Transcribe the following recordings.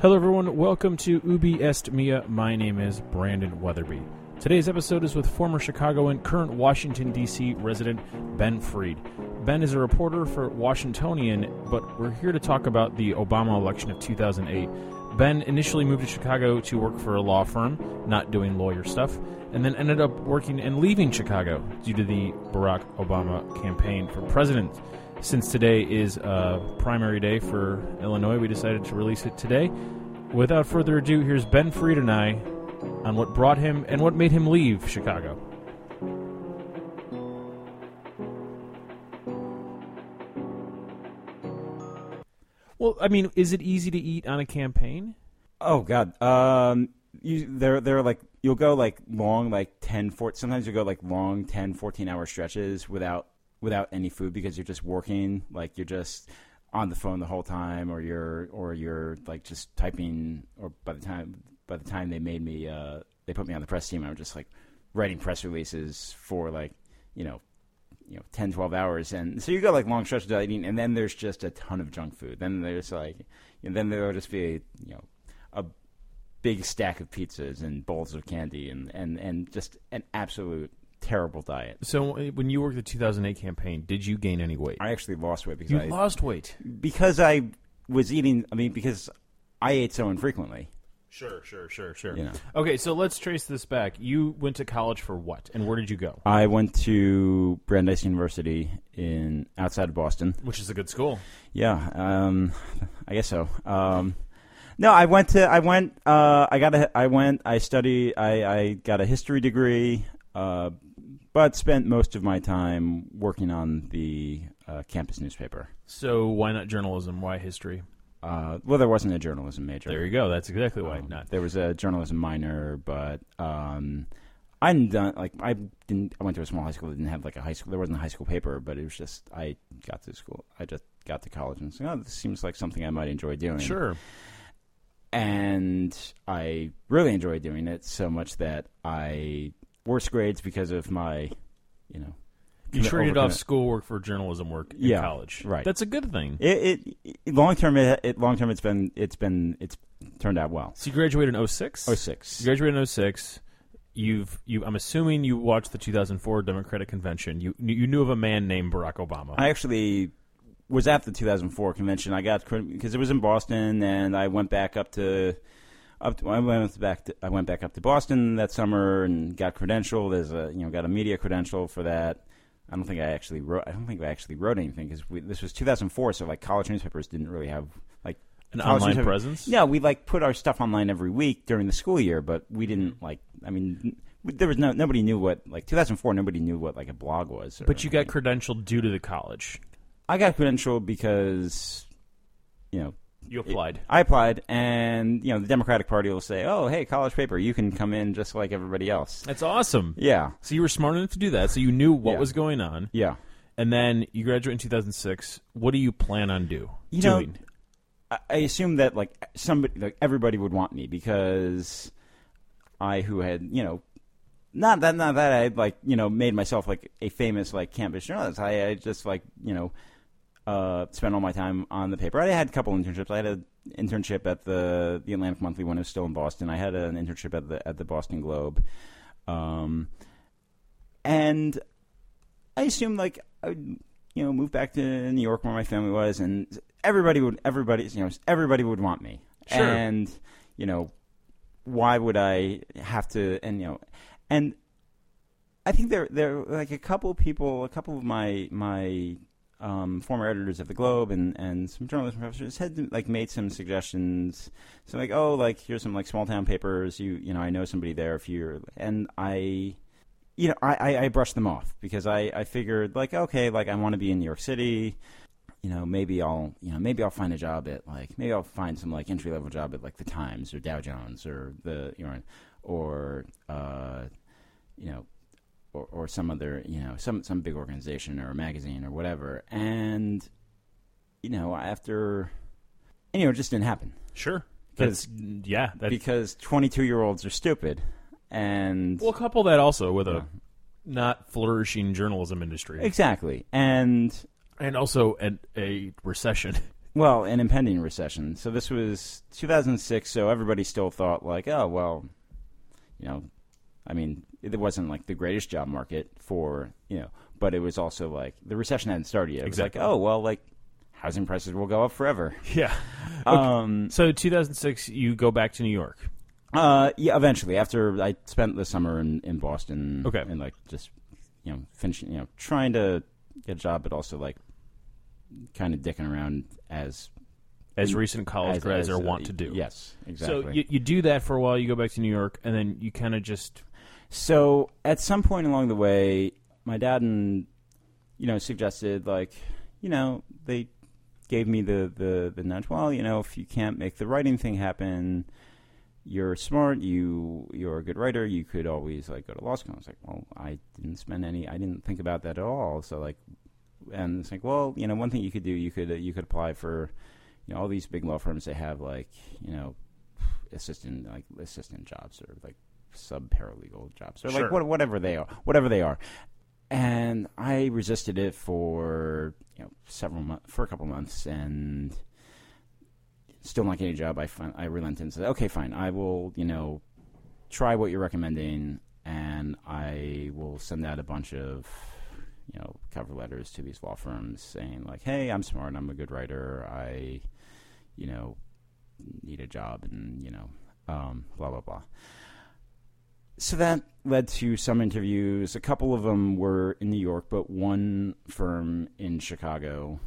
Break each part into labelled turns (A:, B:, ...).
A: Hello, everyone. Welcome to Ubi Est Mia. My name is Brandon Weatherby. Today's episode is with former Chicago and current Washington, D.C. resident Ben Freed. Ben is a reporter for Washingtonian, but we're here to talk about the Obama election of 2008. Ben initially moved to Chicago to work for a law firm, not doing lawyer stuff, and then ended up working and leaving Chicago due to the Barack Obama campaign for president. Since today is uh, primary day for Illinois, we decided to release it today. Without further ado, here's Ben Fried and I on what brought him and what made him leave Chicago. Well, I mean, is it easy to eat on a campaign?
B: Oh God. Um, you they're they're like you'll go like long like 10 four, sometimes you'll go like long 10 14 hour stretches without without any food because you're just working like you're just on the phone the whole time or you're or you're like just typing or by the time by the time they made me uh they put me on the press team I was just like writing press releases for like you know you know 10 12 hours and so you go like long stretches without eating and then there's just a ton of junk food then there's like and then there'll just be you know a big stack of pizzas and bowls of candy and and and just an absolute terrible diet
A: So, uh, when you worked the 2008 campaign, did you gain any weight?
B: i actually lost weight because
A: you
B: i
A: lost weight.
B: because i was eating i mean because i ate so infrequently
A: Sure, sure, sure, sure.
B: You know.
A: Okay, so let's trace this back. You went to college for what, and where did you go?
B: i went to brandeis university in outside of boston
A: Which is a good school.
B: Yeah, um, I guess so. Um, no, I went to I went uh, I got a I went I studied I, I got a history degree, uh, but spent most of my time working on the uh, campus newspaper.
A: So, why not journalism? Why history?
B: Uh, well, there wasn't a journalism major.
A: There you go. That's exactly why
B: Um,
A: not.
B: There was a journalism minor, but um, I didn't done, like I didn't. I went to a small high school that didn't have like a high school. There wasn't a high school paper, but it was just I got to school. I just got to college and said, "Oh, this seems like something I might enjoy doing."
A: Sure.
B: and I really enjoyed doing it so much that I worse grades because of my, you know,
A: You
B: commi-
A: traded off
B: overcommit-
A: schoolwork for journalism work in
B: Yeah,
A: college.
B: right.
A: That's a good thing.
B: It, it, it long term it, it long term it's been it's been it's turned out well.
A: So you graduated in 06?
B: Oh
A: You
B: six.
A: graduated in 06. You've you I'm assuming you watched the 2004 Democratic convention. You you knew of a man named Barack Obama.
B: I actually was at the 2004 convention. I got because it was in Boston, and I went back up to up. To, I went back. To, I went back up to Boston that summer and got credentialed as a you know got a media credential for that. I don't think I actually wrote. I don't think I actually wrote anything because this was 2004, so like college newspapers didn't really have like
A: An
B: college
A: online
B: newspaper-
A: presence?
B: Yeah, we like put our stuff online every week during the school year, but we didn't like. I mean, there was no nobody knew what like 2004. Nobody knew what like a blog was. or
A: But you got
B: anything.
A: credentialed due to the college.
B: I got credentialed because, you know,
A: You applied.
B: I applied, and you know, the Democratic Party will say, "Oh, hey, college paper, you can come in just like everybody else."
A: That's awesome.
B: Yeah,
A: So you were smart enough to do that. So you knew what
B: Yeah.
A: was going on.
B: yeah.
A: And then you graduate in 2006. What do you plan on do
B: You know,
A: doing?
B: I, I assume that like somebody, like everybody would want me because I, who had you know, not that not that I had, like you know made myself like a famous like campus journalist. I, I just like you know. Uh, spent all my time on the paper. I had a couple internships. I had an internship at the the Atlantic Monthly when I was still in Boston. I had an internship at the at the Boston Globe. Um, and I assume like I would, you know, move back to New York where my family was, and everybody would, everybody, you know, everybody would want me.
A: Sure.
B: And you know, why would I have to? And you know, and I think there, there, were, like a couple people, a couple of my my um, former editors of the Globe and and some journalism professors had like made some suggestions. So like, oh, like here's some like small town papers. You you know, I know somebody there if you're, and I you know, I, I, I brushed them off because I, I figured like, okay, like I want to be in New York City. You know, maybe I'll you know maybe I'll find a job at like maybe I'll find some like entry level job at like the Times or Dow Jones or the you know or uh, you know or, or some other you know some some big organization or a magazine or whatever. And you know after you know it just didn't happen
A: Sure. That's yeah. That's,
B: because twenty two year olds are stupid and
A: we'll couple that also with
B: Yeah.
A: a not flourishing journalism industry
B: exactly and.
A: and also an, a recession.
B: Well, an impending recession. So this was 2006. So everybody still thought like, oh well, you know, I mean, it wasn't like the greatest job market for you know, but it was also like the recession hadn't started yet. It was
A: Exactly.
B: like, oh well, like housing prices will go up forever.
A: Yeah.
B: Um,
A: So 2006, you go back to New York.
B: Uh, yeah, eventually. After I spent the summer in, in Boston.
A: Okay.
B: And like just, you know, finishing, you know, trying to get a job, but also like kind of dicking around as
A: As recent college
B: Mm. as,
A: grads
B: as,
A: are
B: uh,
A: wont to do.
B: Yes, exactly.
A: So you, you do that for a while. You go back to New York, and then you kind of just
B: So at some point along the way, my dad and you know suggested like, you know, they gave me the the the nudge. Well, you know, if you can't make the writing thing happen, you're smart. You you're a good writer. You could always like go to law school. I was like, well, I didn't spend any. I didn't think about that at all. So like, and it's like, well, you know, one thing you could do, you could you could apply for, you know, all these big law firms. They have like, you know, assistant like assistant jobs or like sub paralegal jobs or
A: Sure.
B: like what, whatever they are, whatever they are. And I resisted it for you know several months, for a couple months, and still not getting a job. I fin- I relented and said, okay, fine, I will you know try what you're recommending, and I will send out a bunch of you know cover letters to these law firms saying like, hey, I'm smart, I'm a good writer, I you know need a job, and you know um, blah blah blah. So that led to some interviews. A couple of them were in New York, but one firm in Chicago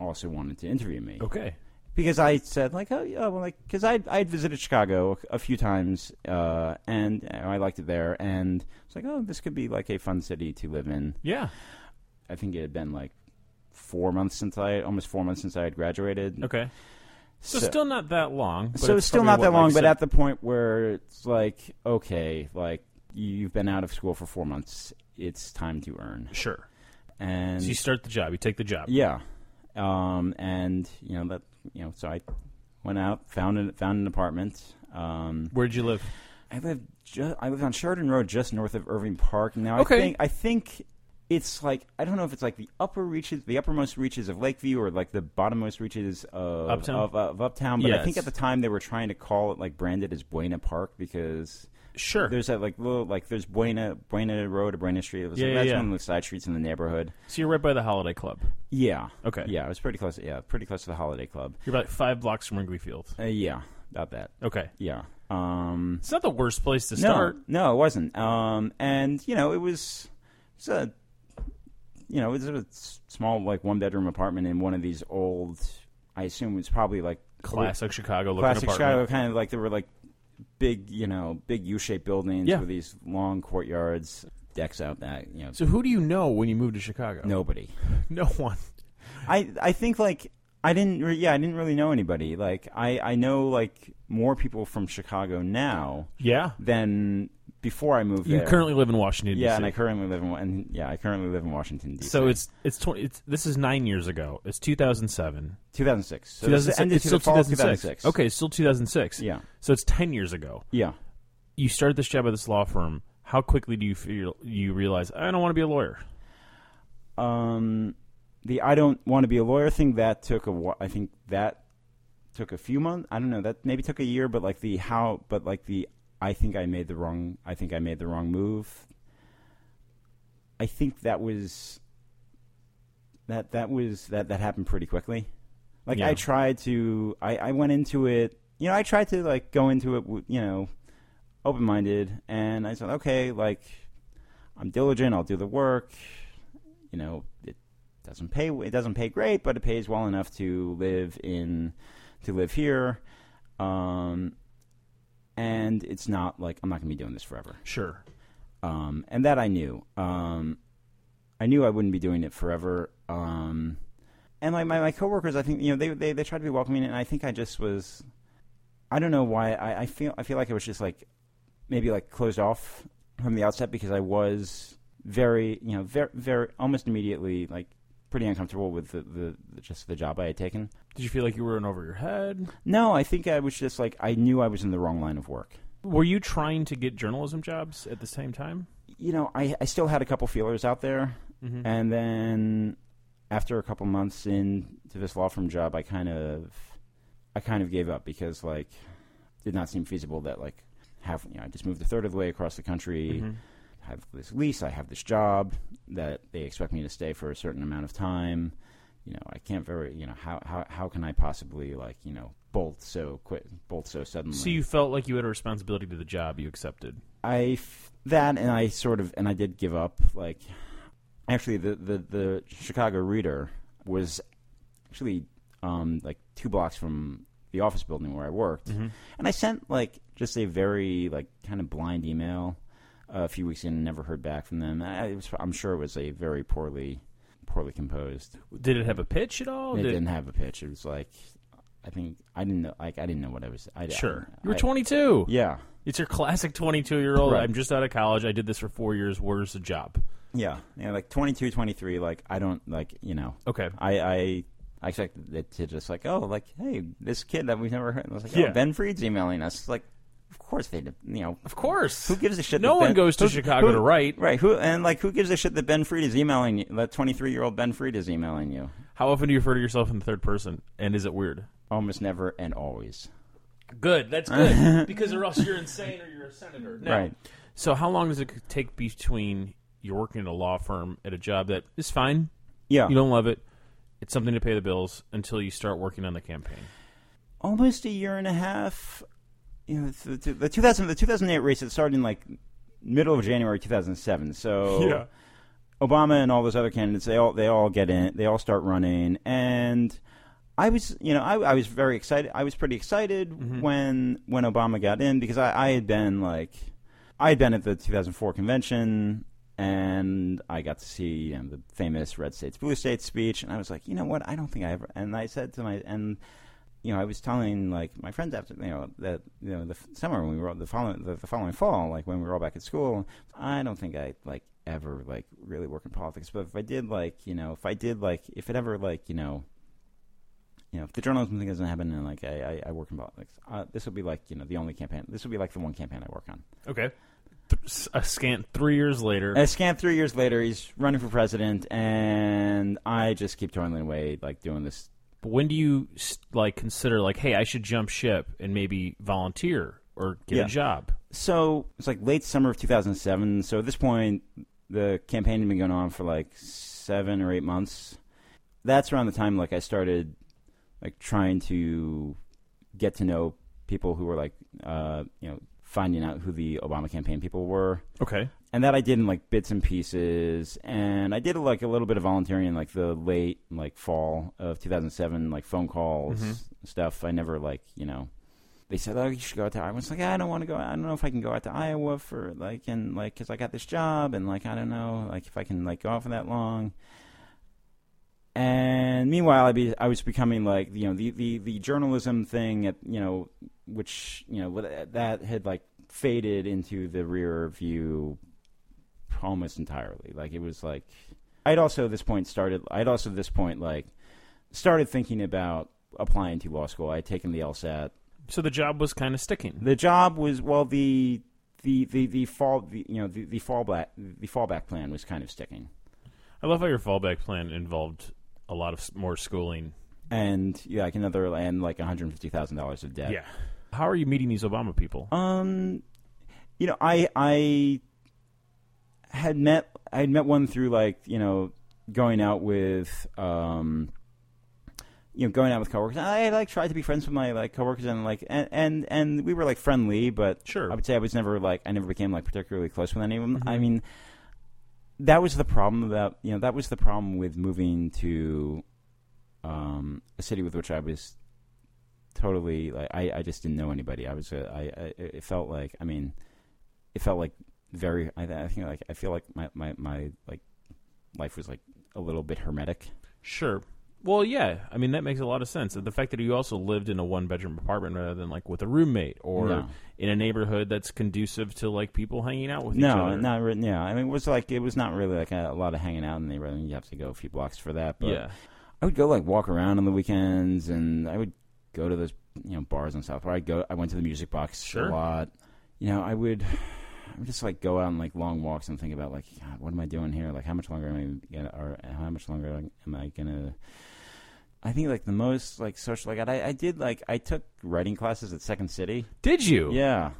B: also wanted to interview me
A: okay.
B: because I said like, oh yeah, well, like because I I visited Chicago a few times, uh, and you know, I liked it there, and it's like, oh, this could be like a fun city to live in.
A: Yeah.
B: I think it had been like four months since I almost four months since I had graduated.
A: Okay. So,
B: So-
A: still not that long. But
B: so it's still
A: probably,
B: not
A: what,
B: that
A: like,
B: long, but
A: se-
B: at the point where it's like, okay, like you've been out of school for four months, it's time to earn.
A: sure.
B: And
A: So you start the job. You take the job.
B: yeah, um, and you know that you know, so I went out, found an, found an apartment. Um,
A: Where did you live?
B: I lived ju- I lived on Sheridan Road, just north of Irving Park. Now
A: Okay.
B: I think I think it's like I don't know if it's like the upper reaches, the uppermost reaches of Lakeview, or like the bottommost reaches of
A: Uptown?
B: Of, of Uptown. But
A: Yeah,
B: I think at
A: it's-
B: the time they were trying to call it like branded as Buena Park because
A: Sure.
B: there's that like little like there's Buena Buena Road or Buena Street. It was
A: Yeah,
B: like,
A: yeah,
B: that's
A: yeah.
B: one of the side streets in the neighborhood.
A: So you're right by the Holiday Club.
B: Yeah.
A: Okay.
B: Yeah, it was pretty close. Yeah, pretty close to the Holiday Club.
A: You're about five blocks from Wrigley Field.
B: Uh, yeah, about that.
A: Okay.
B: Yeah. Um,
A: It's not the worst place to start.
B: No, no, it wasn't. Um, and you know, it was, it was a, you know, it was a s- small like one bedroom apartment in one of these old. I assume it's probably like
A: Classic Chicago looking
B: classic Chicago
A: apartment.
B: kind of like there were like big, you know, big U shaped buildings
A: Yeah.
B: with these long courtyards, decks out back. You know,
A: So who do you know when you move to Chicago?
B: nobody.
A: No one.
B: I I think like I didn't re- yeah I didn't really know anybody like I I know like more people from Chicago now
A: Yeah.
B: than before I moved
A: You
B: there.
A: currently live in Washington,
B: Yeah,
A: D.C.
B: and I currently live in Wa- and yeah, I currently live in Washington D.C.
A: so it's it's, 20, it's this is nine years ago. It's 2007.
B: 2006. So this
A: 2006
B: ended
A: it's
B: to
A: still
B: the fall of
A: 2006.
B: 2006.
A: Okay, it's still 2006.
B: Yeah.
A: So it's 10 years ago.
B: Yeah.
A: You start this job at this law firm. How quickly do you feel you realize I don't want to be a lawyer?
B: Um, the I don't want to be a lawyer thing that took a wh- I think that took a few months. I don't know that maybe took a year, but like the how, but like the I think I made the wrong. I think I made the wrong move. I think that was that that was that that happened pretty quickly. Like
A: Yeah.
B: I tried to, I I went into it. You know, I tried to like go into it. w- You know, open minded, and I said, okay, like I'm diligent. I'll do the work. You know, it doesn't pay. It doesn't pay great, but it pays well enough to live in to live here. Um, and it's not like I'm not going to be doing this forever.
A: Sure.
B: Um, and that I knew. Um, I knew I wouldn't be doing it forever. Um, and like my, my coworkers, I think you know they, they they tried to be welcoming, and I think I just was. I don't know why I, I feel I feel like I was just like maybe like closed off from the outset because I was very you know very very almost immediately like pretty uncomfortable with the, the, the just the job I had taken.
A: Did you feel like you were in over your head?
B: No, I think I was just like I knew I was in the wrong line of work.
A: Were you trying to get journalism jobs at the same time?
B: You know, I I still had a couple feelers out there.
A: Mm-hmm.
B: and then after a couple months into this law firm job, I kind of, I kind of gave up because like, it did not seem feasible that like, half you know, I just moved a third of the way across the country.
A: Mhm.
B: I have this lease, I have this job that they expect me to stay for a certain amount of time. You know, I can't very, you know, how how how can I possibly like, you know, bolt so quit bolt so suddenly?
A: So you felt like you had a responsibility to the job you accepted.
B: I f- that and I sort of and I did give up. Like, actually, the the the Chicago Reader was actually um, like two blocks from the office building where I worked,
A: Mm-hmm.
B: and I sent like just a very like kind of blind email uh, a few weeks in and never heard back from them. I, it was, I'm sure it was a very poorly poorly composed.
A: Did it have a pitch at all?
B: it
A: Oh, Did-
B: didn't have a pitch. It was like I think I didn't know like I didn't know what I was. I,
A: Sure.
B: I-
A: You were
B: I-
A: 22.
B: Yeah.
A: It's your classic 22 year old.
B: Right.
A: I'm just out of college. I did this for four years. Where's the job?
B: Yeah, yeah, like 22, 23, like I don't like, you know,
A: Okay.
B: I, I I expected it to just like, oh, like, hey, this kid that we've never heard. And I was like,
A: Yeah.
B: oh, Ben Fried's emailing us. It's Like, of course they, did, you know,
A: Of course.
B: who gives a shit?
A: No
B: that
A: one
B: Ben-
A: goes to
B: who-
A: Chicago
B: who-
A: to write.
B: right? Who and like, who gives a shit that Ben Fried is emailing you? That twenty-three-year-old Ben Fried is emailing you.
A: How often do you refer to yourself in the third person? And is it weird?
B: Almost never and always.
A: Good. That's good. because or else you're insane or you're a senator. No.
B: Right.
A: So how long does it take between you're working at a law firm at a job that is fine,
B: Yeah.
A: you don't love it, it's something to pay the bills until you start working on the campaign?
B: almost a year and a half. You know, the, the, the 2000 the 2008 race it started in like middle of January 2007. So
A: Yeah.
B: Obama and all those other candidates they all they all get in they all start running and I was you know I, I was very excited I was pretty excited when when Obama got in because I, I had been like I had been at the 2004 convention and I got to see you know, the famous red states blue states speech and I was like you know what I don't think I ever and I said to my and you know, I was telling like my friends after you know that you know the f- summer when we were all, the following the, the following fall, like when we were all back at school, I don't think I like ever like really work in politics, but if I did like you know if I did like if it ever like you know you know if the journalism thing doesn't happen and like I I, I work in politics, uh, this would be like you know the only campaign this would be like the one campaign I work on.
A: Okay. Th- a scant three years later.
B: And I scanned three years later, he's running for president, and I just keep toiling away like doing this
A: But when do you s- like consider like, hey, I should jump ship and maybe volunteer or get
B: Yeah.
A: a job?
B: so it's like late summer of 2007. So at this point, the campaign had been going on for like seven or eight months. That's around the time like I started like trying to get to know people who were like uh, you know finding out who the Obama campaign people were
A: Okay.
B: and that I did in like bits and pieces, and I did like a little bit of volunteering in like the late like fall of 2007, like phone calls
A: Mhm.
B: stuff. I never like you know, they said oh you should go out to Iowa. It's like I don't want to go. I don't know if I can go out to Iowa for like and like because I got this job and like I don't know like if I can like go out for that long. And meanwhile, I be I was becoming like you know the the the journalism thing at you know which you know what- that had like faded into the rear view almost entirely. Like it was like I'd also at this point started. I'd also at this point like started thinking about applying to law school. I'd taken the LSAT.
A: So the job was kind of sticking.
B: The job was well the the the the fall the, you know the the fallback the fallback plan was kind of sticking.
A: I love how your fallback plan involved a lot of s- more schooling.
B: And yeah, like another and like one hundred fifty thousand dollars of debt.
A: How are you meeting these Obama people?
B: Um, you know, I I had met I had met one through like you know going out with um you know going out with coworkers. And I like tried to be friends with my like coworkers and like and and and we were like friendly, but
A: Sure.
B: I would say I was never like I never became like particularly close with anyone.
A: Mhm.
B: I mean, that was the problem about you know that was the problem with moving to um, a city with which I was totally like I, I just didn't know anybody. I was a, I, I it felt like I mean it felt like very I, I think like I feel like my, my my like life was like a little bit hermetic.
A: Sure. Well, yeah. I mean, that makes a lot of sense. The fact that you also lived in a one bedroom apartment rather than like with a roommate or
B: No.
A: in a neighborhood that's conducive to like people hanging out with each
B: No,
A: other.
B: not really. Yeah, I mean, it was like it was not really like a, a lot of hanging out in the neighborhood. You have to go a few blocks for that. But
A: Yeah.
B: I would go like walk around on the weekends, and I would go to those you know bars on South Park. I go. I went to the Music Box
A: Sure.
B: a lot. You know, I would. I would just like go out and like long walks and think about like God, what am I doing here? Like how much longer am I gonna, or how much longer like, am I gonna? I think like the most like social like I, I did like I took writing classes at Second City.
A: Did you?
B: Yeah,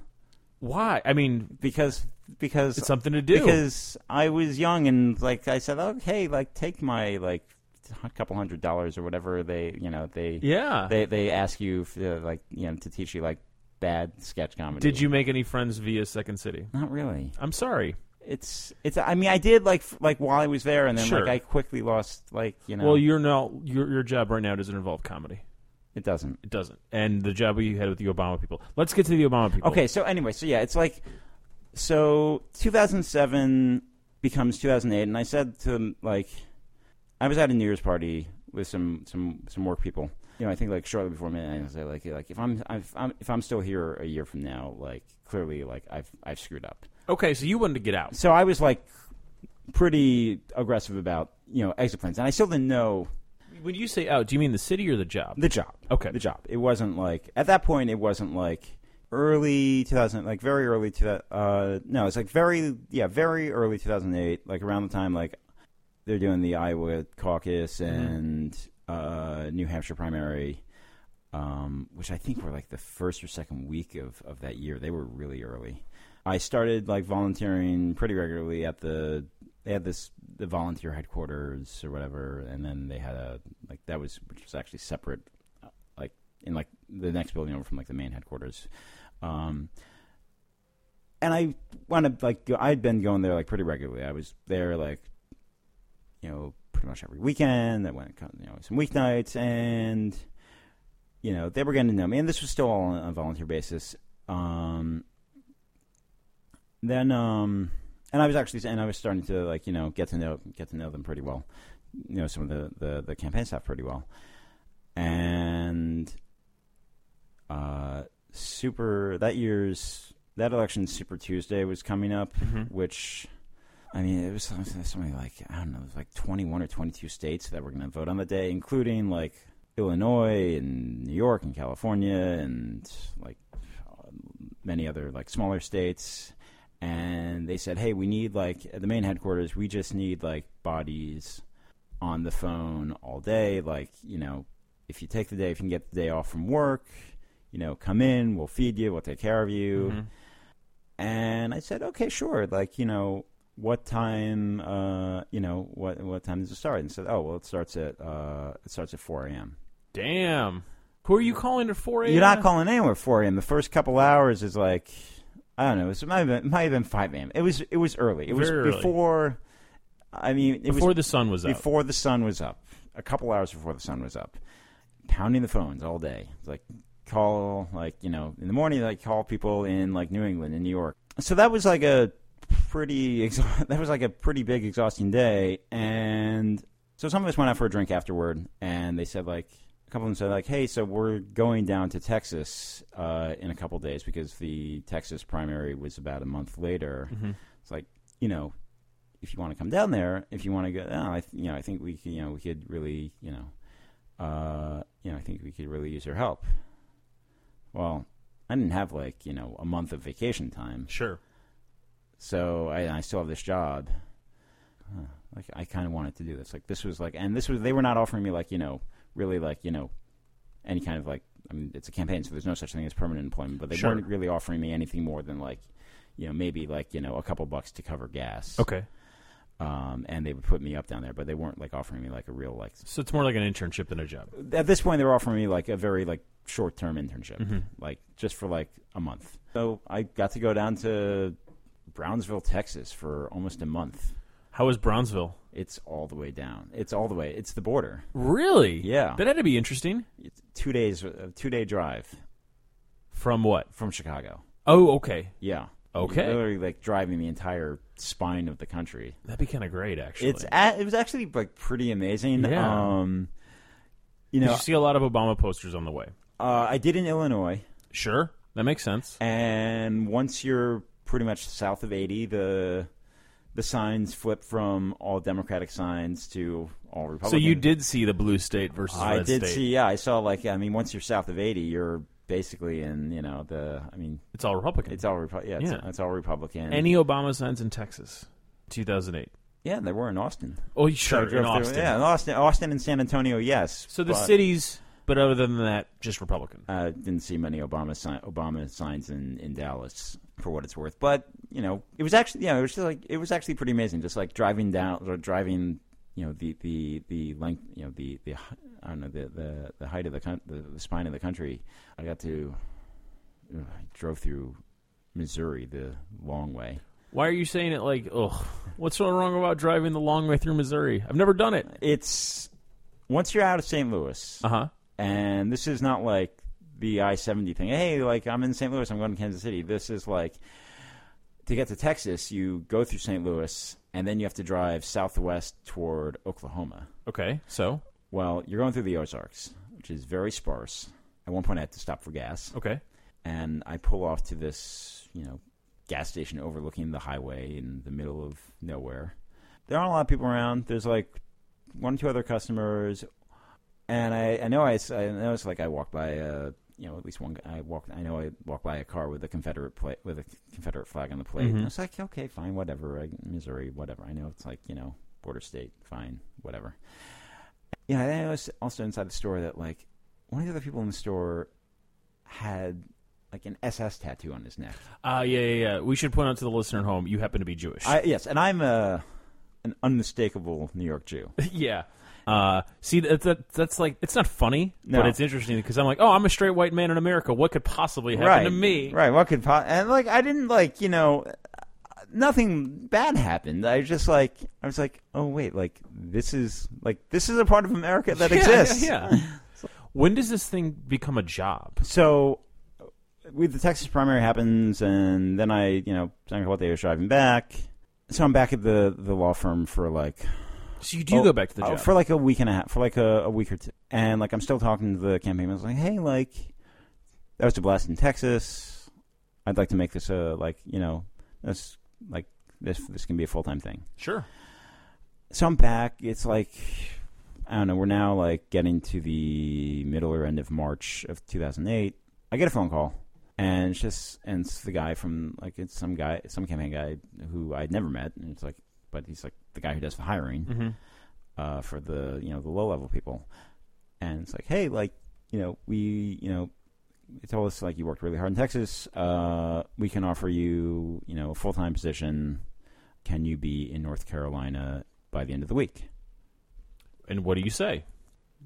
A: Why? I mean,
B: because because
A: it's something to do.
B: because I was young and like I said, oh hey, like take my like a couple hundred dollars or whatever they you know they
A: yeah.
B: they they ask you for, like you know to teach you like bad sketch comedy.
A: Did you make any friends via Second City?
B: Not really.
A: I'm sorry.
B: It's it's. I mean, I did like f- like while I was there, and then
A: Sure.
B: like I quickly lost like you know.
A: Well, you're now your your job right now doesn't involve comedy.
B: it doesn't.
A: It doesn't. And the job you had with the Obama people. Let's get to the Obama people.
B: Okay, so anyway, so yeah, it's like so 2007 becomes 2008, and I said to them, like I was at a New Year's party with some some some work people. You know, I think like shortly before midnight, I say like like if I'm, I'm I'm if I'm still here a year from now, like clearly like I've I've screwed up.
A: Okay. So you wanted to get out.
B: so I was like pretty aggressive about you know exit plans, and I still didn't know
A: When you say out, do you mean the city or the job?
B: the job.
A: Okay.
B: the job. It wasn't like at that point. It wasn't like early 2000, like very early to uh no, it's like very yeah, very early 2008, like around the time like they're doing the Iowa caucus and uh, New Hampshire primary. Um, which I think were like the first or second week of, of that year. They were really early. I started like volunteering pretty regularly at the they had this the volunteer headquarters or whatever, and then they had a like that was which was actually separate, uh, like in like the next building over from like the main headquarters. Um, and I wound up like go- I'd been going there like pretty regularly. I was there like you know pretty much every weekend. I went you know some weeknights, and you know they were getting to know me, and this was still all on a volunteer basis. Um, then um and I was actually and I was starting to like you know get to know get to know them pretty well, you know some of the the, the campaign staff pretty well, and uh super that year's that election Super Tuesday was coming up,
A: Mhm.
B: which. I mean, it was something something like I don't know, it was like twenty-one or twenty-two states that were going to vote on the day, including like Illinois and New York and California and like many other like smaller states and they said, "Hey, we need like at the main headquarters. We just need like bodies on the phone all day. Like you know, if you take the day, if you can get the day off from work, you know, come in. We'll feed you. We'll take care of you."
A: Mhm.
B: And I said, "Okay, sure. Like you know, what time? Uh, you know, what what time does it start?" And said, "Oh, well, it starts at uh, it starts at four a.m."
A: Damn. Who are you calling at 4 a.m.?
B: You're not calling anywhere at 4 a.m. The first couple hours is like, I don't know. It might have been, it might have been 5 a.m. It was it was early. It was
A: Very early.
B: before. I mean, it
A: before
B: was
A: the sun was up.
B: before the sun was up. A couple hours before the sun was up, pounding the phones all day. It's like call like you know in the morning like call people in like New England and New York. So that was like a pretty exa- that was like a pretty big exhausting day and so some of us went out for a drink afterward and they said like a couple of them said like hey so we're going down to texas uh, in a couple days because the texas primary was about a month later
A: Mhm.
B: it's like you know if you want to come down there if you want to go oh, I th- you know i think we could, you know we could really you know uh, you know i think we could really use your help well i didn't have like you know a month of vacation time
A: Sure.
B: so I, I still have this job. Huh. Like I kind of wanted to do this. Like this was like, and this was they were not offering me like you know really like you know any kind of like I mean it's a campaign, so there's no such thing as permanent employment, but they
A: Sure.
B: weren't really offering me anything more than like you know maybe like you know a couple bucks to cover gas.
A: Okay.
B: Um, and they would put me up down there, but they weren't like offering me like a real like.
A: So it's more like an internship than a job.
B: At this point, they were offering me like a very like short term internship
A: Mhm.
B: like just for like a month. So I got to go down to Brownsville, Texas for almost a month.
A: How was Brownsville?
B: It's all the way down. It's all the way. It's the border.
A: Really?
B: Yeah.
A: That had to be interesting.
B: It's two days, a two day drive
A: From what?
B: from Chicago.
A: Oh, okay.
B: Yeah.
A: Okay.
B: literally like driving the entire spine of the country.
A: That'd be kind of great, actually.
B: It's a, it was actually like pretty amazing.
A: Yeah.
B: Um, you
A: Did
B: know,
A: you see a lot of Obama posters on the way?
B: uh, I did in Illinois,
A: Sure. That makes sense.
B: and once you're pretty much south of eighty, the the signs flip from all Democratic signs to all Republican.
A: So you did see the blue state versus
B: I
A: red
B: did
A: state.
B: see. Yeah, I saw. Like, I mean, once you're south of eighty, you're basically in you know the I mean
A: It's all Republican.
B: it's all Repu- yeah,
A: Yeah.
B: It's, it's all Republican.
A: Any Obama signs in Texas, 2008.
B: yeah, they were in Austin.
A: Oh,
B: So I
A: sure, in
B: drove through-
A: Austin.
B: yeah, in Austin, Austin and San Antonio. Yes,
A: So the
B: but,
A: cities, but other than that, just Republican.
B: Uh, didn't see many Obama si- Obama signs in, in Dallas for what it's worth, but you know it was actually yeah it was just like it was actually pretty amazing. Just like driving down or driving you know the the the length you know the the h- I don't know the the, the height of the, coun- the the spine of the country. I got to ugh, I drove through Missouri the long way.
A: Why are you saying it like, ugh, what's so wrong about driving the long way through Missouri? I've never done it.
B: It's once you're out of St. Louis,
A: Uh huh.
B: and this is not like the I seventy thing. Hey, like I'm in St. Louis, I'm going to Kansas City. This is like to get to Texas, you go through St. Louis, and then you have to drive southwest toward Oklahoma.
A: Okay, so
B: Well, you're going through the Ozarks, which is very sparse. At one point, I had to stop for gas,
A: okay,
B: and I pull off to this, you know, gas station overlooking the highway in the middle of nowhere. There aren't a lot of people around. There's like one or two other customers, and I, I know I, s- I know it's like I walked by a, you know, at least one. I walked. I know I walked by a car with a Confederate plate with a Confederate flag on the plate.
A: Mhm.
B: And I was like, okay, fine, whatever. I, Missouri, whatever. I know it's like you know, border state, fine, whatever. Yeah, and I noticed also inside the store that like one of the other people in the store had like an SS tattoo on his neck.
A: uh, yeah, yeah, yeah. We should point out to the listener at home, you happen to be Jewish.
B: I, yes, and I'm a an unmistakable New York Jew.
A: yeah. Uh, see, that, that, that's like it's not funny,
B: No.
A: but it's interesting because I'm like, oh, I'm a straight white man in America. What could possibly happen to me?
B: Right. What could po- and like I didn't like you know nothing bad happened. I was just like I was like oh wait like this is like this is a part of America that
A: Yeah,
B: exists.
A: Yeah. yeah. when does this thing become a job?
B: So with the Texas primary happens, and then I you know talking about they was driving back. So I'm back at the the law firm for like
A: So you do
B: Oh,
A: go back to the
B: uh,
A: job.
B: for like a week and a half, for like a, a week or two, and like I'm still talking to the campaign. I was like, hey, like that was a blast in Texas. I'd like to make this a like you know this like this this can be a full time thing.
A: sure.
B: So I'm back. It's like I don't know. We're now like getting to the middle or end of March of 2008. I get a phone call, and it's just and it's the guy from like it's some guy some campaign guy who I'd never met, and it's like but he's like the guy who does the hiring
A: Mm-hmm.
B: uh, for the you know the low level people, and it's like, hey, like you know we you know they told us like you worked really hard in Texas. Uh, we can offer you you know a full time position. Can you be in North Carolina by the end of the week?
A: And what do you say?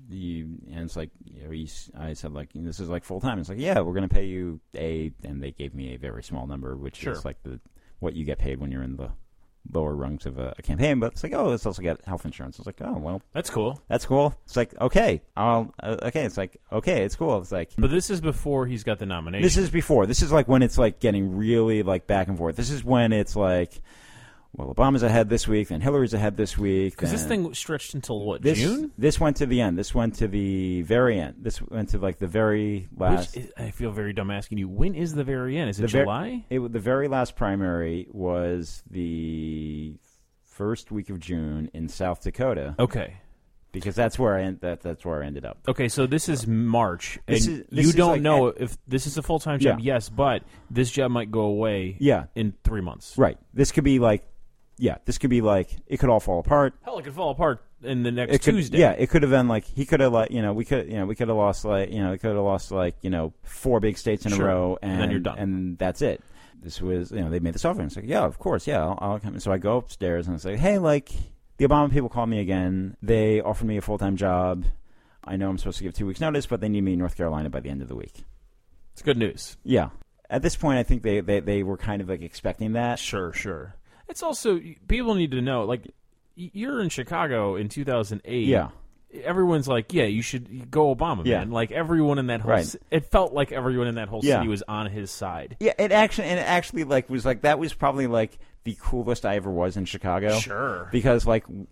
B: You, and it's like you know, you, s- I said like this is like full time. It's like yeah, we're gonna pay you a and they gave me a very small number, which
A: Sure.
B: is like the what you get paid when you're in the lower rungs of a, a campaign. But it's like oh, it's also got health insurance. It's like oh well,
A: That's cool.
B: that's cool. It's like, okay, I'll, uh, okay, it's like, okay, it's cool. It's like,
A: But this is before he's got the nomination.
B: this is before. This is like when it's like getting really like back and forth. This is when it's like, well, Obama's ahead this week, then Hillary's ahead this week.
A: because this
B: then-
A: thing stretched until what
B: this,
A: June,
B: This went to the end. This went to the very end. This went to like the very last.
A: which is, I feel very dumb asking you. When is the very end? Is it
B: The ver-
A: July?
B: it was- the very last primary was the first week of June in South Dakota
A: Okay.
B: because that's where I en- that that's where I ended up.
A: Okay, so this is March, and
B: This is- this
A: you
B: is
A: don't
B: like-
A: know if this is a full time job.
B: Yeah.
A: Yes, but this job might go away
B: Yeah,
A: in three months.
B: Right. This could be like, yeah, this could be like, it could all fall apart.
A: Hell, it could fall apart in the next
B: It could,
A: Tuesday.
B: Yeah, it could have been like, he could have like, you know, we could, you know, we could have lost like, you know, we could have lost like, you know, four big states in
A: Sure.
B: a row and,
A: And then you're done.
B: And that's it. This was, you know, they made this offer. And it's like, yeah, of course, yeah, I'll, I'll come. So I go upstairs and I say, hey, like, the Obama people called me again. They offered me a full time job. I know I'm supposed to give two weeks' notice, but they need me in North Carolina by the end of the week.
A: it's good news.
B: Yeah. At this point, I think they, they, they were kind of like expecting that.
A: Sure, sure. It's also people need to know. Like, y- you're in Chicago in 2008.
B: Yeah.
A: everyone's like, yeah, you should go Obama,
B: Yeah.
A: man. Like everyone in that whole,
B: Right.
A: ci- it felt like everyone in that whole
B: Yeah.
A: city was on his side.
B: Yeah, it actually and it actually like was like that was probably like the coolest I ever was in Chicago.
A: Sure.
B: Because like w-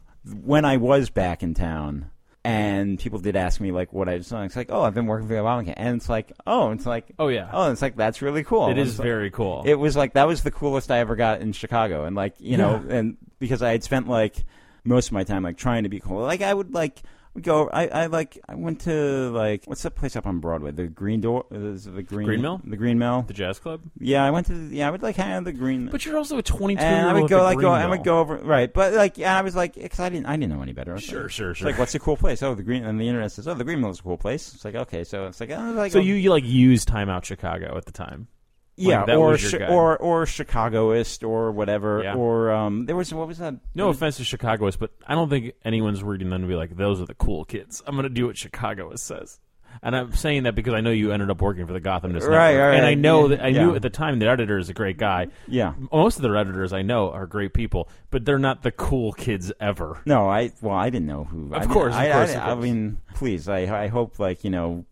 B: when I was back in town and people did ask me like what I was doing, it's like, oh, I've been working for the Obamacare, and it's like, oh, it's like,
A: Oh yeah,
B: oh, it's like that's really cool.
A: it
B: And
A: is
B: it's like-
A: very cool.
B: It was like that was the coolest I ever got in Chicago, and like you know, and because I had spent like most of my time like trying to be cool. Like I would like We go. I, I like. I went to like what's that place up on Broadway? The Green Door. Is it the Green,
A: Green Mill?
B: The Green Mill.
A: The jazz club.
B: Yeah, I went to. The, yeah, I would like hang out at the Green.
A: But you're also a 22
B: and
A: year
B: I
A: old.
B: would go like go. I would go over right, but like yeah, I was like because I didn't I didn't know any better. I was like,
A: Sure, sure,
B: It's
A: sure.
B: like what's a cool place? Oh, the Green and the internet says oh the Green Mill is a cool place. It's like okay, so it's like oh, like
A: so
B: um,
A: you, you like used Time Out Chicago at the time.
B: yeah
A: that
B: or
A: was your
B: Chi-
A: guide.
B: or or Chicagoist or whatever
A: Yeah.
B: or um there was what was that
A: No offense to Chicagoists, but I don't think anyone's reading them to be like, those are the cool kids. I'm going to do what Chicagoist says. And I'm saying that because I know you ended up working for the Gotham News
B: Right,
A: Network.
B: right,
A: and I
B: right.
A: know
B: Yeah,
A: that I
B: yeah.
A: knew at the time the editor is a great guy.
B: yeah
A: Most of the editors I know are great people, but they're not the cool kids ever.
B: no I well I didn't know who I
A: Of
B: didn't-
A: course, of
B: I,
A: course,
B: I,
A: of
B: I
A: course.
B: mean please I I hope like you know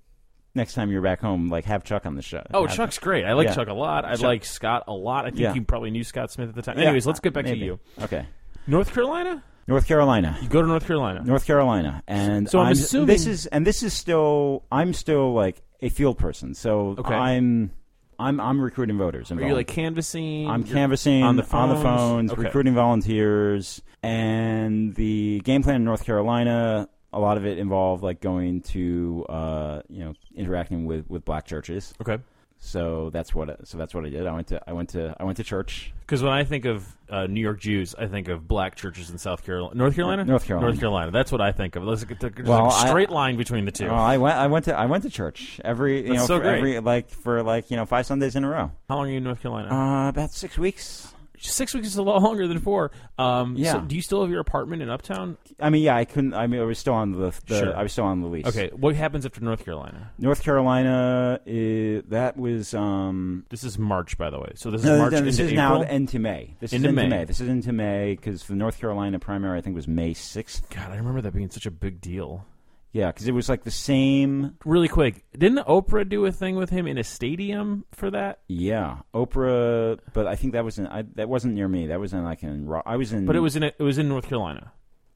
B: next time you're back home like have Chuck on the show
A: Oh,
B: Have-
A: Chuck's great. I like
B: Yeah.
A: Chuck a lot. I
B: Chuck-
A: like Scott a lot. I think
B: Yeah.
A: you probably knew Scott Smith at the time.
B: Yeah,
A: Anyways, let's get back
B: maybe.
A: to you.
B: okay
A: North Carolina?
B: North Carolina
A: You go to North Carolina.
B: North Carolina, and
A: So I'm
B: I'm,
A: assuming-
B: this is and this is still I'm still like a field person, so
A: Okay.
B: I'm I'm I'm recruiting voters.
A: are
B: Involved.
A: you like canvassing?
B: I'm
A: You're-
B: canvassing
A: on the phones?
B: phones,
A: Okay.
B: recruiting volunteers, and the game plan in North Carolina. A lot of it involved like going to uh, you know interacting with, with black churches.
A: Okay.
B: So that's what I- so that's what I did. I went to I went to I went to church.
A: Because when I think of uh, New York Jews, I think of black churches in South Carolina, North Carolina,
B: North Carolina.
A: North Carolina. That's what I think of. There's like, there's
B: Well,
A: like a
B: I- Uh,
A: straight line between the two.
B: Well, Oh, I went I went to I went to church every you
A: That's
B: know
A: so
B: for
A: great.
B: every like for like you know five Sundays in a row.
A: How long are you in North Carolina?
B: Uh, about six weeks.
A: Six weeks is a lot longer than four. Um,
B: Yeah.
A: so do you still have your apartment in Uptown?
B: I mean, yeah, I couldn't. I mean, I was still on the. the
A: Sure.
B: I was still on the lease.
A: Okay. What happens after North Carolina?
B: North Carolina. Is, that was. Um,
A: This is March, by the way. So this is
B: no,
A: March
B: no,
A: into
B: this is
A: April.
B: now into May. This
A: Into
B: is into
A: May.
B: May. This is into May because the North Carolina primary I think was May sixth.
A: God, I remember that being such a big deal.
B: Yeah, because it was like the same.
A: Really quick, didn't Oprah do a thing with him in a stadium for that?
B: Yeah, Oprah. But I think that was in. I, that wasn't near me. That was in like in. Ro- I was in.
A: But it was in a, it was in North Carolina.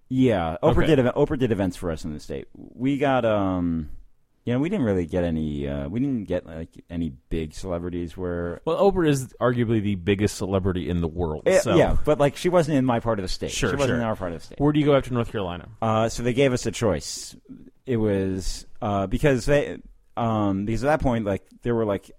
B: Yeah, Oprah
A: Okay.
B: did. ev- Oprah did events for us in the state. We got, um, you know, we didn't really get any. Uh, we didn't get like any big celebrities. Where
A: Well, Oprah is arguably the biggest celebrity in the world.
B: Eh,
A: so.
B: yeah, but like she wasn't in my part of the state.
A: Sure,
B: she wasn't
A: sure.
B: in our part of the state.
A: Where do you go after North Carolina?
B: Uh, so they gave us a choice. It was uh, because they um, because at that point like there were like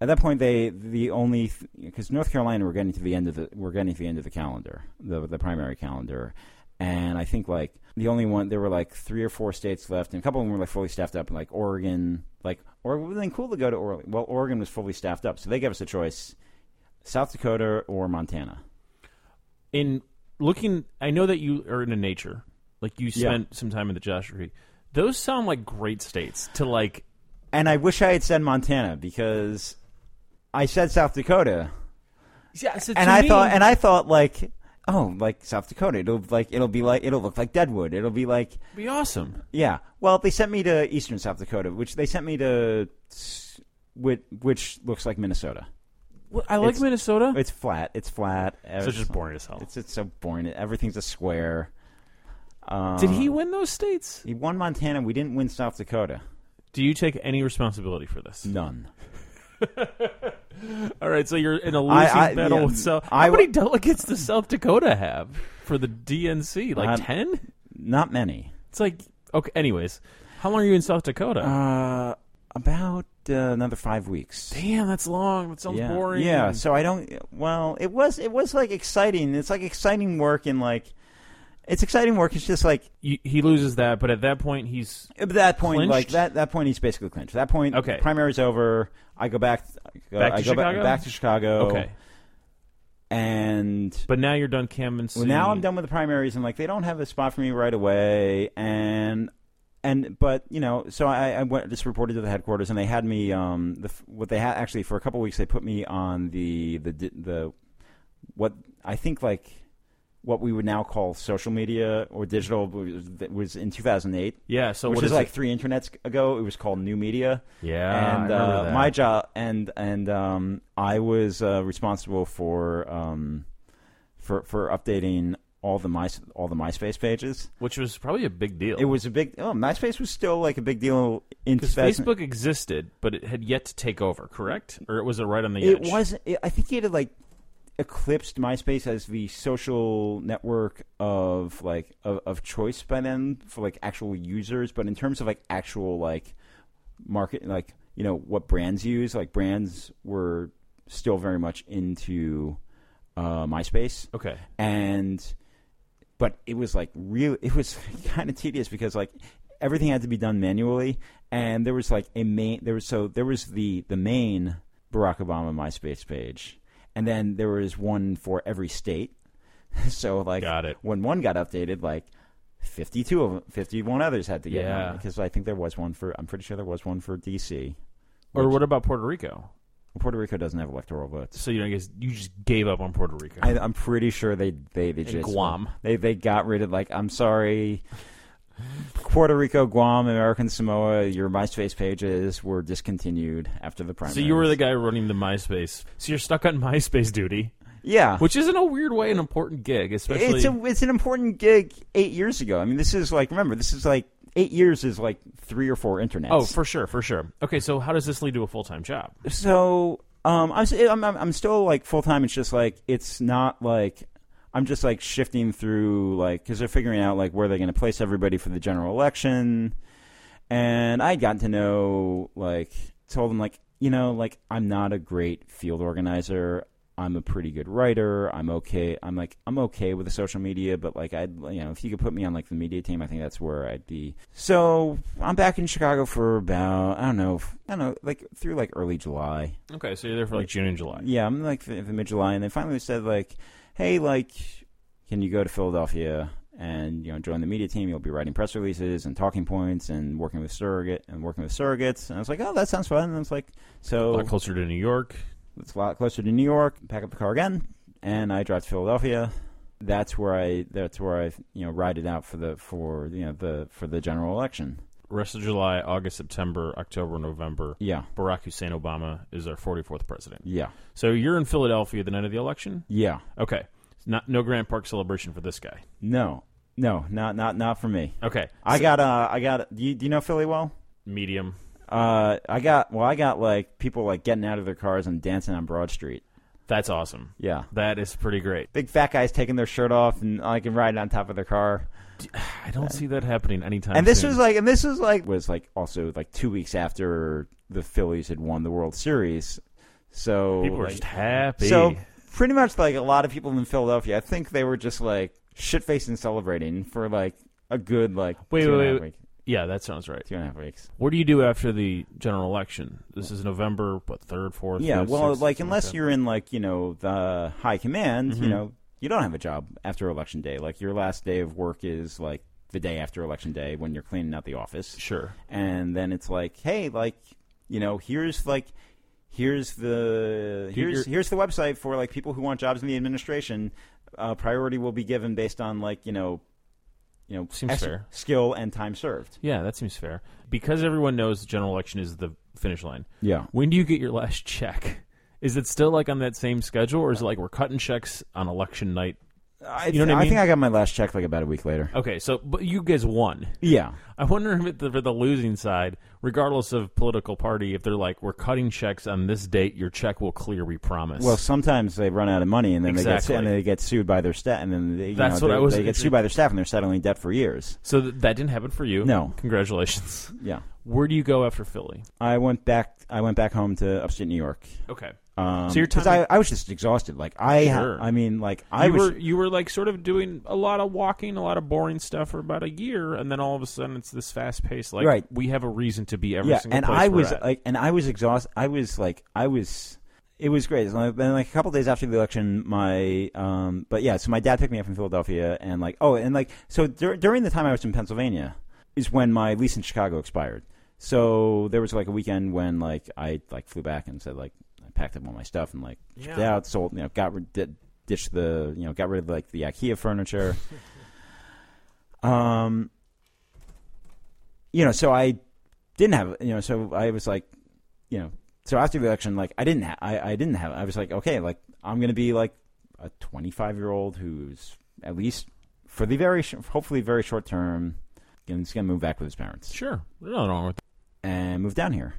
B: at that point they the only because North Carolina we're getting to the end of the we're getting to the end of the calendar the the primary calendar and I think like the only one there were like three or four states left and a couple of them were like fully staffed up like Oregon like or would have been cool to go to Oregon well Oregon was fully staffed up so they gave us a choice South Dakota or Montana
A: in looking i know that you are into nature like you
B: Yeah.
A: spent some time in the joshua tree those sound like great states to like
B: And I wish I had said Montana because I said South Dakota,
A: yeah so
B: and I thought, and I thought like, oh, like South Dakota, it'll like it'll be like it'll look like Deadwood, it'll be like
A: be awesome
B: yeah. Well, they sent me to Eastern South Dakota, which they sent me to, which, which looks like Minnesota.
A: well, i like
B: It's-
A: minnesota
B: It's flat. It's flat.
A: so it's just boring as hell
B: It's it's so boring. Everything's a square. Uh,
A: did he win those states
B: He won Montana. We didn't win South Dakota.
A: do you take any responsibility for this
B: None.
A: all right so you're in a losing
B: I- I-
A: battle
B: yeah,
A: with south
B: I
A: how
B: w-
A: many delegates does south dakota have for the dnc
B: Uh,
A: like 10
B: Not many.
A: it's like okay anyways how long are you in south dakota
B: Uh, about uh, another five weeks.
A: damn that's long that sounds
B: yeah.
A: boring
B: Yeah, so I don't. Well, it was it was like exciting. It's like exciting work and like it's exciting work. It's just like
A: You- he loses that but at that point he's
B: at that point,
A: Clinched?
B: like that that point, he's basically clinched. At that point,
A: Okay.
B: primary's over. I go back. I go,
A: Back to
B: I go ba-
A: Chicago?
B: back to Chicago.
A: okay
B: and.
A: But now you're done canvassing.
B: Well, now I'm done with the primaries, and like they don't have a spot for me right away, and and but you know, so I, I went just reported to the headquarters, and they had me um the f- what they had actually for a couple weeks they put me on the the di- the what I think like what we would now call social media or digital was, was in 2008,
A: Yeah. So
B: which
A: what
B: is,
A: is
B: like
A: It?
B: three internets ago. It was called new media
A: Yeah.
B: and uh, my job and and um, I was uh, responsible for um, for for updating all the my all the MySpace pages.
A: which was probably a big deal.
B: It was a big oh MySpace was still like a big deal in
A: because
B: 2000.
A: Facebook existed, but it had yet to take over. Correct? Or it was it right on the
B: It
A: edge?
B: was it, I think it had like eclipsed MySpace as the social network of like of, of choice by then for like actual users, but in terms of like actual like market like you know what brands use like brands were still very much into uh, MySpace
A: Okay.
B: and but it was like real it was kind of tedious because like everything had to be done manually and there was like a main there was so there was the the main barack obama myspace page and then there was one for every state so like
A: Got it.
B: when one got updated like 52 of 51 others had to get
A: Yeah.
B: yeah. because i think there was one for i'm pretty sure there was one for dc
A: Or
B: which-
A: what about Puerto Rico?
B: puerto rico doesn't have electoral votes
A: So you know, I guess you just gave up on Puerto Rico.
B: I, i'm pretty sure they they, they
A: And
B: just
A: Guam.
B: They they got rid of like I'm sorry, Puerto Rico, Guam, American Samoa. Your MySpace pages were discontinued after the primary.
A: So you were the guy running the MySpace. So you're stuck on MySpace duty,
B: yeah.
A: which is in a weird way an important gig, especially.
B: Uh-huh. It's a it's an important gig eight years ago. I mean, this is like remember this is like eight years is like three or four internets.
A: oh, for sure, for sure. Okay, so how does this lead to a full time job?
B: so um, I'm, s- I'm I'm I'm still like full time. It's just like it's not like I'm just like shifting through like because they're figuring out like where they're going to place everybody for the general election, and I got to know like told them like you know like I'm not a great field organizer. I'm a pretty good writer. I'm okay. I'm like I'm okay with the social media, but like I, would you know, if you could put me on like the media team, I think that's where I'd be. So I'm back in Chicago for about I don't know, f- I don't know, like through like early July.
A: Okay, so you're there for like June and July.
B: Yeah, I'm like the, the mid July, and then finally they said like, hey, like, can you go to Philadelphia and you know join the media team? You'll be writing press releases and talking points and working with surrogate and working with surrogates. And I was like, oh, that sounds fun. And I was like,
A: A
B: so
A: lot closer to New York.
B: it's a lot closer to New York. Pack up the car again, and I drive to Philadelphia. That's where I. That's where I. You know, ride it out for the for you know the for the general election.
A: Rest of July, August, September, October, November.
B: Yeah,
A: Barack Hussein Obama is our 44th president.
B: yeah,
A: So you're in Philadelphia the night of the election.
B: yeah.
A: Okay, not no Grand Park celebration for this guy.
B: No, no, not not not for me.
A: Okay,
B: I
A: So-
B: got. Uh, I got. Do you, do you know Philly well?
A: medium.
B: Uh, I got. Well, I got like people like getting out of their cars and dancing on Broad Street.
A: That's awesome.
B: Yeah,
A: That is pretty great.
B: big fat guys taking their shirt off and like and riding on top of their car.
A: I don't see that happening anytime.
B: and this
A: soon.
B: was like and this was like was like also like two weeks after the Phillies had won the World Series. So
A: people are
B: like-
A: just happy.
B: so pretty much like a lot of people in Philadelphia, I think they were just like shit facing celebrating for like a good like
A: Wait,
B: two and a
A: wait,
B: half
A: wait.
B: week-
A: yeah, that sounds right.
B: two and a half weeks.
A: What do you do after the general election? This is November, what third, fourth?
B: Yeah,
A: fifth,
B: well,
A: sixth,
B: like
A: something
B: unless
A: that.
B: you're in like you know the high command,
A: Mhm.
B: you know you don't have a job after election day. Like your last day of work is like the day after election day when you're cleaning out the office.
A: sure.
B: and then it's like, hey, like you know, here's like here's the
A: Dude,
B: here's
A: you're-
B: here's the website for like people who want jobs in the administration. Uh, priority will be given based on like you know, you know,
A: Seems fair.
B: skill and time served.
A: Yeah, that seems fair. Because everyone knows the general election is the finish line.
B: Yeah.
A: When do you get your last check? Is it still like on that same schedule, or is it like we're cutting checks on election night?
B: I,
A: You know what I
B: I
A: mean?
B: think I got my last check like about a week later.
A: Okay, so but you guys won.
B: Yeah.
A: I wonder if it, for the losing side, regardless of political party, if they're like we're cutting checks on this date, your check will clear. We promise.
B: Well, sometimes they run out of money and then they get
A: Exactly.
B: su- and they get sued by their staff and then they, you
A: That's
B: know,
A: what I
B: they-
A: was
B: they get
A: intrigued-
B: sued by their staff and they're settling debt for years.
A: so th- that didn't happen for you.
B: No.
A: Congratulations.
B: Yeah.
A: Where do you go after Philly?
B: I went back. I went back home to upstate New York.
A: Okay.
B: Um,
A: So your
B: 'cause
A: time-
B: I, I was just exhausted. Like I,
A: Sure.
B: I mean, like I
A: I you
B: was.
A: were you were like sort of doing a lot of walking, a lot of boring stuff for about a year, and then all of a sudden it's this fast paced like
B: Right.
A: we have a reason to be every
B: yeah,
A: single
B: and
A: place
B: I
A: we're
B: was uh,
A: at.
B: like, and I was exhausted. I was like, I was. It was great. And like- then, like a couple days after the election, my um, but yeah, so my dad picked me up from Philadelphia, and like, oh, and like, so dur- during the time I was in Pennsylvania, is when my lease in Chicago expired. So there was like a weekend when like I like flew back and said like I packed up all my stuff and like
A: yeah.
B: yeah. out, sold, you know, got rid, did, ditched the, you know, got rid of like the IKEA furniture. um, you know, so I didn't have, you know, so I was like, you know, so after the election, like I didn't, ha- I, I didn't have, I was like, okay, like I'm gonna be like a 25 year old who's at least for the very, sh- hopefully very short term, and he's gonna move back with his parents
A: Sure. There's nothing wrong with that.
B: and moved down here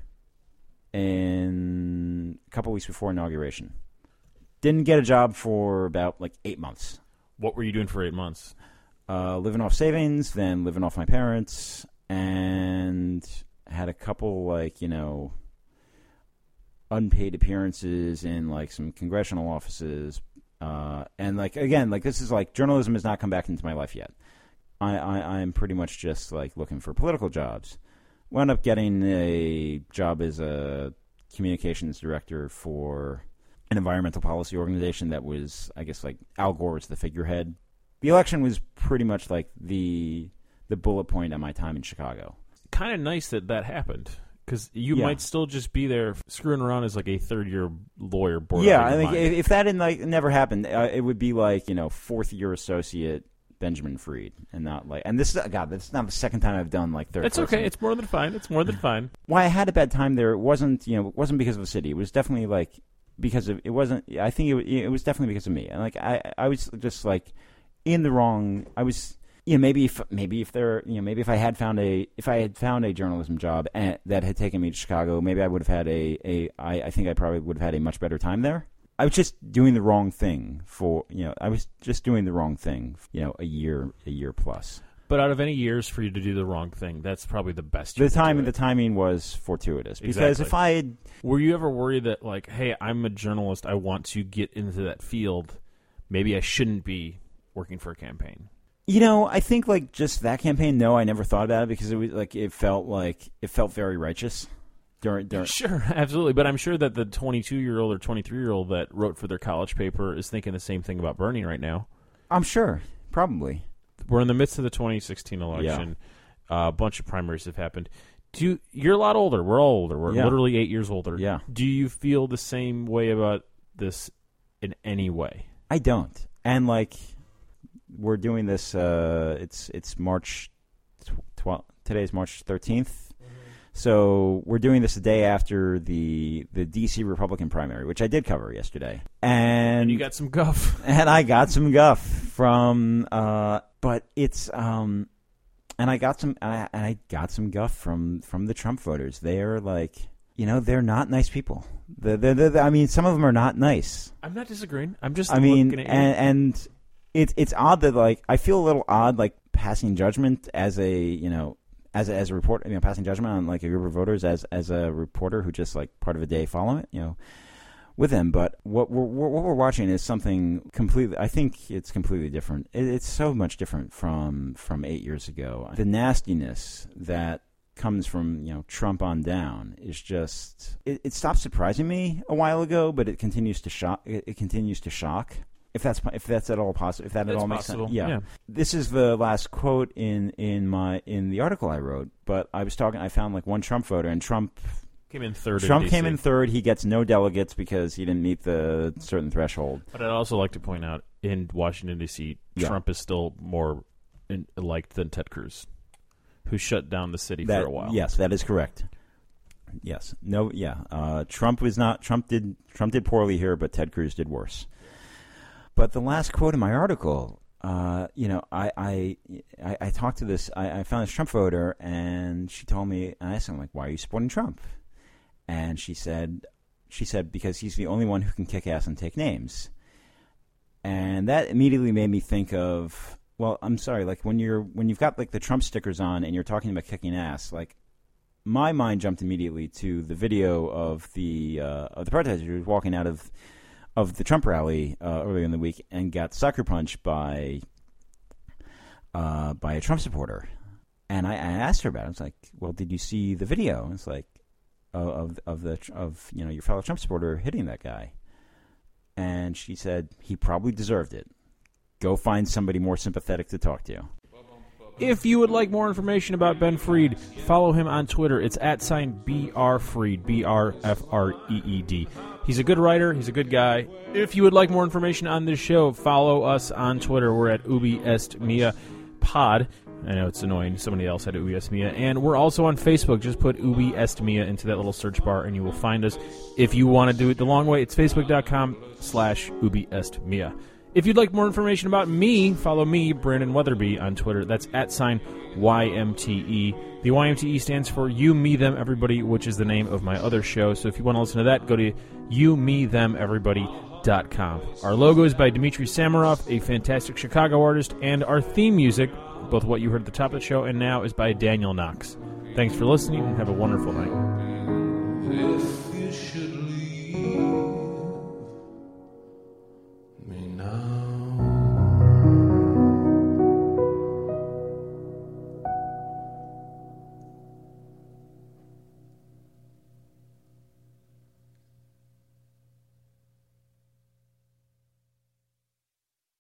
B: in a couple weeks before inauguration. Didn't get a job for about like eight months.
A: What were you doing for eight months?
B: Uh, living off savings, then living off my parents, and had a couple like you know unpaid appearances in like some congressional offices. Uh, and like again, like this is like journalism has not come back into my life yet. I, I I'm pretty much just like looking for political jobs. Wound up getting a job as a communications director for an environmental policy organization that was, I guess, like Al Gore was the figurehead. The election was pretty much like the the bullet point on my time in Chicago.
A: Kind of nice that that happened because you
B: Yeah.
A: might still just be there screwing around as like a third year lawyer. Board
B: yeah,
A: I
B: I think if, if that didn't like never happened, uh, it would be like you know fourth year associate Benjamin Freed, and not like. And this is God, this is not the second time I've done like third.
A: it's
B: person.
A: okay. It's more than fine. It's more than fine.
B: why I had a bad time there. It wasn't you know it wasn't because of the city. It was definitely like because of it wasn't. I think it wa- it was definitely because of me. And like I I was just like in the wrong. I was you know maybe if maybe if there you know maybe if I had found a if I had found a journalism job and, that had taken me to Chicago, maybe I would have had a a I I think I probably would have had a much better time there. I was just doing the wrong thing for you know I was just doing the wrong thing you know a year a year plus.
A: But out of any years for you to do the wrong thing, that's probably the best. you
B: The
A: could
B: time
A: do
B: and the
A: it.
B: timing was fortuitous because
A: Exactly.
B: if I had
A: Were you ever worried that like, hey, I'm a journalist. I want to get into that field. Maybe I shouldn't be working for a campaign.
B: You know, I think like just that campaign. No, I never thought about it because it was like it felt like it felt very righteous. During, during
A: Sure, absolutely. But I'm sure that the 22 year old or 23 year old that wrote for their college paper is thinking the same thing about Bernie right now.
B: I'm sure, probably.
A: We're in the midst of the 2016 election. Uh, a bunch of primaries have happened. Do you, you're a lot older. We're all older. We're
B: Yeah.
A: literally eight years older.
B: Yeah,
A: Do you feel the same way about this in any way?
B: I don't. And like, we're doing this. Uh, it's it's March twelfth. Today's March 13th So we're doing this the day after the the DC Republican primary, which I did cover yesterday. And
A: you got some guff.
B: and I got some guff from uh but it's um and I got some and I, and I got some guff from from the Trump voters. They're like, you know, they're not nice people. They're, they're, they're- I mean, some of them are not nice.
A: I'm not disagreeing. I'm just.
B: I mean,
A: looking
B: and
A: at you.
B: and it's it's odd that like I feel a little odd like passing judgment as a you know as a, as a reporter, you know, passing judgment on like a group of voters as as a reporter who just like part of a day follow it, you know, with them. But what we're we're- what we're watching is something completely. I think it's completely different. It, it's so much different from from eight years ago. The nastiness that comes from you know Trump on down is just it, it stopped surprising me a while ago, but it continues to shock. It, it continues to shock. If that's if that's at all possible, if that at
A: That's
B: all makes
A: possible.
B: sense,
A: yeah.
B: this is the last quote in in my in the article I wrote, but I was talking. I found like one Trump voter, and Trump
A: Came in third.
B: Trump
A: DC.
B: came in third. He gets no delegates because he didn't meet the certain threshold.
A: But I'd also like to point out in Washington D.C.,
B: Yeah.
A: Trump is still more in, liked than Ted Cruz, who shut down the city
B: That-
A: for a while.
B: Yes, that is correct. Yes, no, yeah. Uh, Trump was not. Trump did. Trump did poorly here, but Ted Cruz did worse. But the last quote in my article, uh, you know, I I, I, I talked to this. I, I found this Trump voter, and she told me. And I asked him like, "Why are you supporting Trump?" And she said, "She said because he's the only one who can kick ass and take names." And that immediately made me think of. Well, I'm sorry. Like when you're when you've got like the Trump stickers on and you're talking about kicking ass, like my mind jumped immediately to the video of the uh, of the protesters walking out of of the Trump rally uh, earlier in the week and got sucker punched by uh, by a Trump supporter. And I, I asked her about it. I was like, "Well, did you see the video?" And it's like of of of the of you know your fellow Trump supporter hitting that guy. And she said he probably deserved it. Go find somebody more sympathetic to talk to.
A: If you would like more information about Ben Freed, follow him on Twitter. It's at sign BR Freed, B R F R E E D. He's a good writer, he's a good guy. If you would like more information on this show, follow us on Twitter. We're at Ubi Est Mia Pod. I know it's annoying. Somebody else had Ubi Est Mia. And we're also on Facebook. Just put Ubi Est Mia into that little search bar and you will find us. If you want to do it the long way, it's facebook.com slash Ubi Est Mia. If you'd like more information about me, follow me, Brandon Weatherby, on Twitter. That's at sign YMTE. E. The YMTE stands for You, Me, Them, Everybody, which is the name of my other show. So if you want to listen to that, go to You, Me, Them, Everybody www.thebeatmusic.com. Our logo is by Dmitry Samaroff, a fantastic Chicago artist, and our theme music, both what you heard at the top of the show and now, is by Daniel Knox. Thanks for listening and have a wonderful night.